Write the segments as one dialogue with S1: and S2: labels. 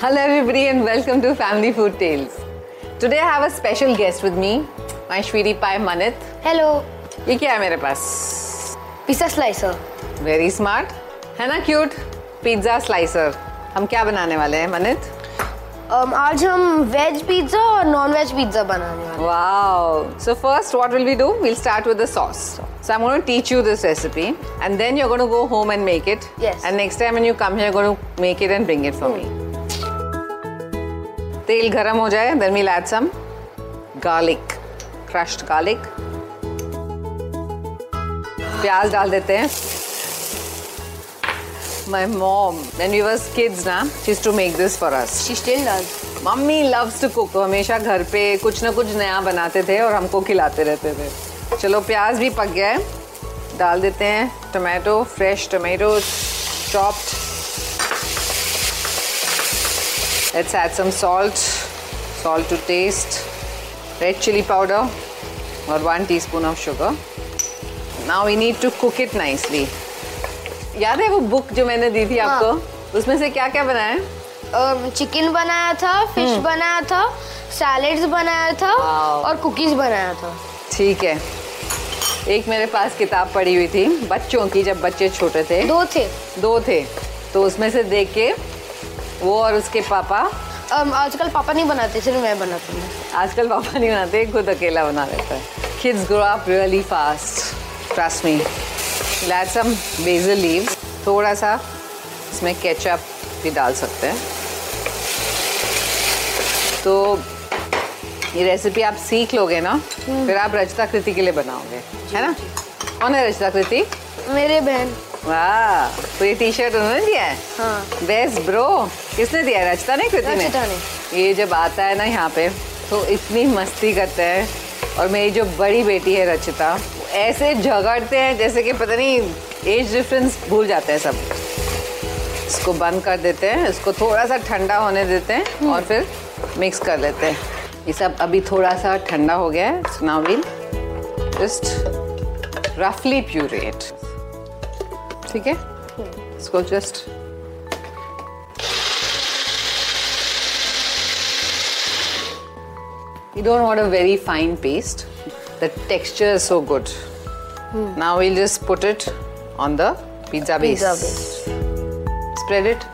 S1: Hello, everybody, and welcome to Family Food Tales. Today I have a special guest with me, my sweetie pie Manit.
S2: Hello
S1: ये क्या है मेरे पास
S2: pizza slicer
S1: very smart है ना cute pizza slicer हम क्या बनाने वाले हैं मनित
S2: um, आज हम वेज पिज्जा और नॉन वेज पिज्जा बनाने वाले
S1: Wow. So first, what will we do? We'll start with the sauce. So I'm going to teach you this recipe, and then you're going to go home and make it.
S2: Yes.
S1: And next time when you come here, you're going to make it and bring it for me. तेल गरम हो जाए then we'll add some garlic, crushed garlic. प्याज डाल देते हैं My mom, when we was kids ना, she used to make this for us.
S2: She still
S1: mummy loves to cook हमेशा घर पे कुछ ना कुछ नया बनाते थे और हमको खिलाते रहते थे चलो प्याज भी पक गया है डाल देते हैं tomato fresh tomato chopped let's add some salt salt to taste red chilli powder और one teaspoon of sugar now we need to cook it nicely याद है वो बुक जो मैंने दी थी
S2: हाँ।
S1: आपको उसमें से क्या क्या बनाया है
S2: um, चिकन बनाया था फिश बनाया था सैलेड्स बनाया था
S1: हम्म। Wow.
S2: और कुकीज बनाया था
S1: ठीक है एक मेरे पास किताब पड़ी हुई थी बच्चों की जब बच्चे छोटे थे
S2: दो थे
S1: दो थे तो उसमें से देख के वो और उसके पापा
S2: um, आजकल पापा नहीं बनाते सिर्फ मैं बनाती हूँ
S1: आजकल पापा नहीं बनाते खुद अकेला बना लेता है kids grow up really fast trust me let some basil leave थोड़ा सा इसमें केचप भी डाल सकते हैं तो ये रेसिपी आप सीख लोगे ना फिर आप रचता कृति के लिए बनाओगे है ना कौन है रचता कृति
S2: मेरे बहन
S1: वाह तो ये टी शर्ट उन्होंने दिया है
S2: हाँ
S1: बेस्ट ब्रो किसने दिया है? रचता ने कृति ने
S2: रचिता ने
S1: ये जब आता है ना यहाँ पे तो इतनी मस्ती करते हैं और मेरी जो बड़ी बेटी है रचिता वो ऐसे झगड़ते हैं जैसे कि पता नहीं एज डिफरेंस भूल जाते हैं सब इसको बंद कर देते हैं इसको थोड़ा सा ठंडा होने देते हैं और फिर मिक्स कर लेते हैं ये सब अभी थोड़ा सा ठंडा हो गया है नाउ विल जस्ट रफली प्यूरेट ठीक है इसको just You don't want a very fine paste. The texture is so good. Now we'll just put it on the pizza base.
S2: Pizza
S1: Spread it.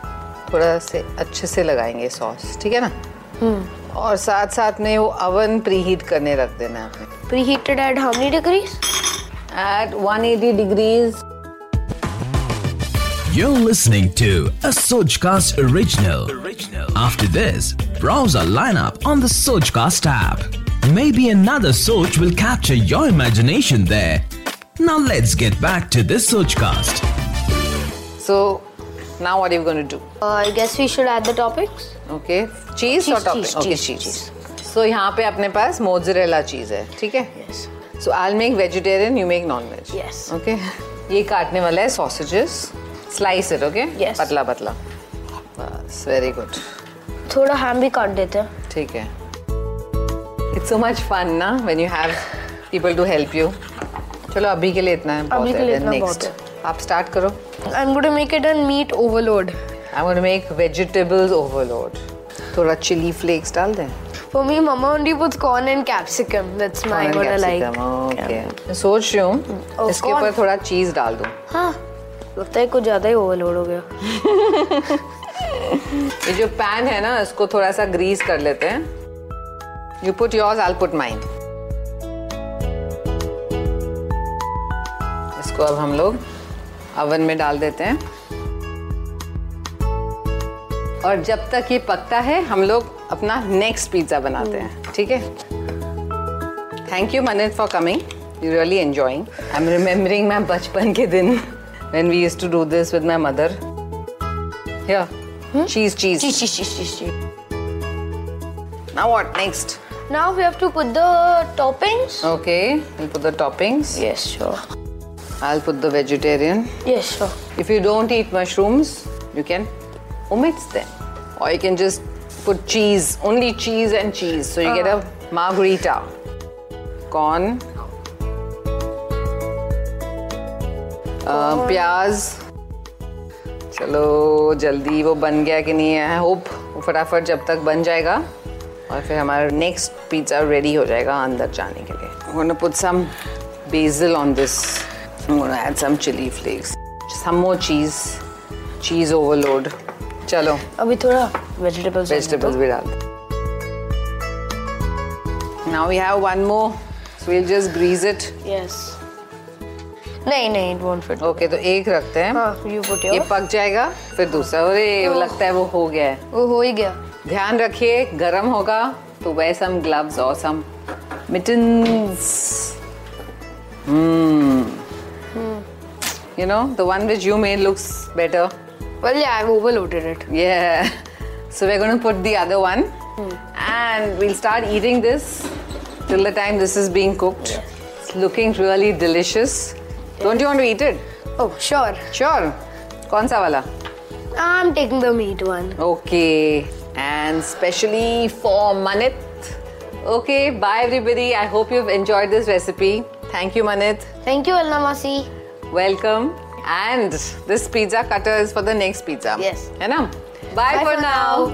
S1: थोड़ा से अच्छे से लगाएंगे सॉस ठीक है ना और साथ साथ में वो अवन प्रीहीट करने रख देना है आपने
S2: preheated at how many degrees
S1: at 180 degrees
S3: You're listening to a Sojcast original. After this, browse our lineup on the Sojcast app. Maybe another Soj will capture your imagination there. Now let's get back to this Sojcast.
S1: so now what are you going to do
S2: I guess we should add the toppings
S1: okay cheese और
S2: Cheese,
S1: topping
S2: cheese,
S1: okay
S2: cheese,
S1: cheese so यहाँ पे अपने पास mozzarella cheese है ठीक है
S2: Yes.
S1: So I make vegetarian you make non veg
S2: Yes.
S1: Okay ये काटने वाला है sausages slice it okay
S2: Yes.
S1: पतला पतला बस वेरी गुड
S2: थोड़ा हम भी काट देते हैं
S1: ठीक है इट्स सो मच फन ना when you have people to help you चलो अभी के लिए इतना है बहुत
S2: के लिए
S1: है
S2: इतना बहुत
S1: नेक्स्ट आप स्टार्ट करो
S2: I am going to make it an meat overload
S1: I want to make vegetables overload थोड़ा चिली फ्लेक्स डाल दें
S2: for me mamma only puts corn and capsicum that's my
S1: Corn
S2: what I
S1: and
S2: like
S1: तो capsicum, okay. मैं सोच रही हूँ
S2: और
S1: इसके
S2: corn.
S1: ऊपर थोड़ा चीज डाल दूँ
S2: हाँ लगता है कुछ ज्यादा ही ओवरलोड हो गया
S1: ये जो पैन है ना इसको थोड़ा सा ग्रीस कर लेते हैं you put yours I put mine इसको अब हम लोग अवन में डाल देते हैं और जब तक ये पकता है हम लोग अपना नेक्स्ट पिज्जा बनाते हैं ठीक है thank you Manit for coming you really enjoying I am remembering my बचपन के दिन when we use to do this with my mother या cheese cheese
S2: she she she she
S1: Now what next?
S2: Now we have to put the toppings
S1: Okay, we'll put the toppings.
S2: Yes sure
S1: I'll put the vegetarian.
S2: Yes sure
S1: If you don't eat mushrooms, you can omit them. Or you can just put cheese, only cheese and cheese. So you get a margarita. Corn. Uh, प्याज चलो जल्दी वो बन गया कि नहीं है hope फटाफट जब तक बन जाएगा और फिर हमारा नेक्स्ट पिज्ज़ा रेडी हो जाएगा अंदर जाने के लिए I'm gonna put some basil on this. I'm gonna add some chili flakes. Some more cheese. Cheese overload. चलो
S2: अभी थोड़ा तो। वेजिटेबल्स
S1: vegetables भी डाल Now we have one more. So we'll just grease it.
S2: Yes नहीं नहीं it won't fit
S1: Okay, तो एक रखते हैं
S2: हां यू पुट
S1: ये पक जाएगा फिर दूसरा अरे लगता है वो हो गया है
S2: वो हो ही गया
S1: ध्यान रखिए गरम होगा तो वे सम ग्लव्स और some mittens hmm you know the one which you made looks better
S2: well I have overloaded it
S1: yeah so we're going to put the other one and we'll start eating this till the time this is being cooked it's looking really delicious don't you want to eat it
S2: oh sure
S1: sure कौन सा वाला
S2: I am taking the meat one
S1: Okay, and specially for Manit. Okay, bye everybody. I hope you've enjoyed this recipe. Thank you, Manit.
S2: Thank you अल्लाह मासी
S1: Welcome. And this pizza cutter is for the next pizza.
S2: Yes.
S1: है ना? Bye, for, now.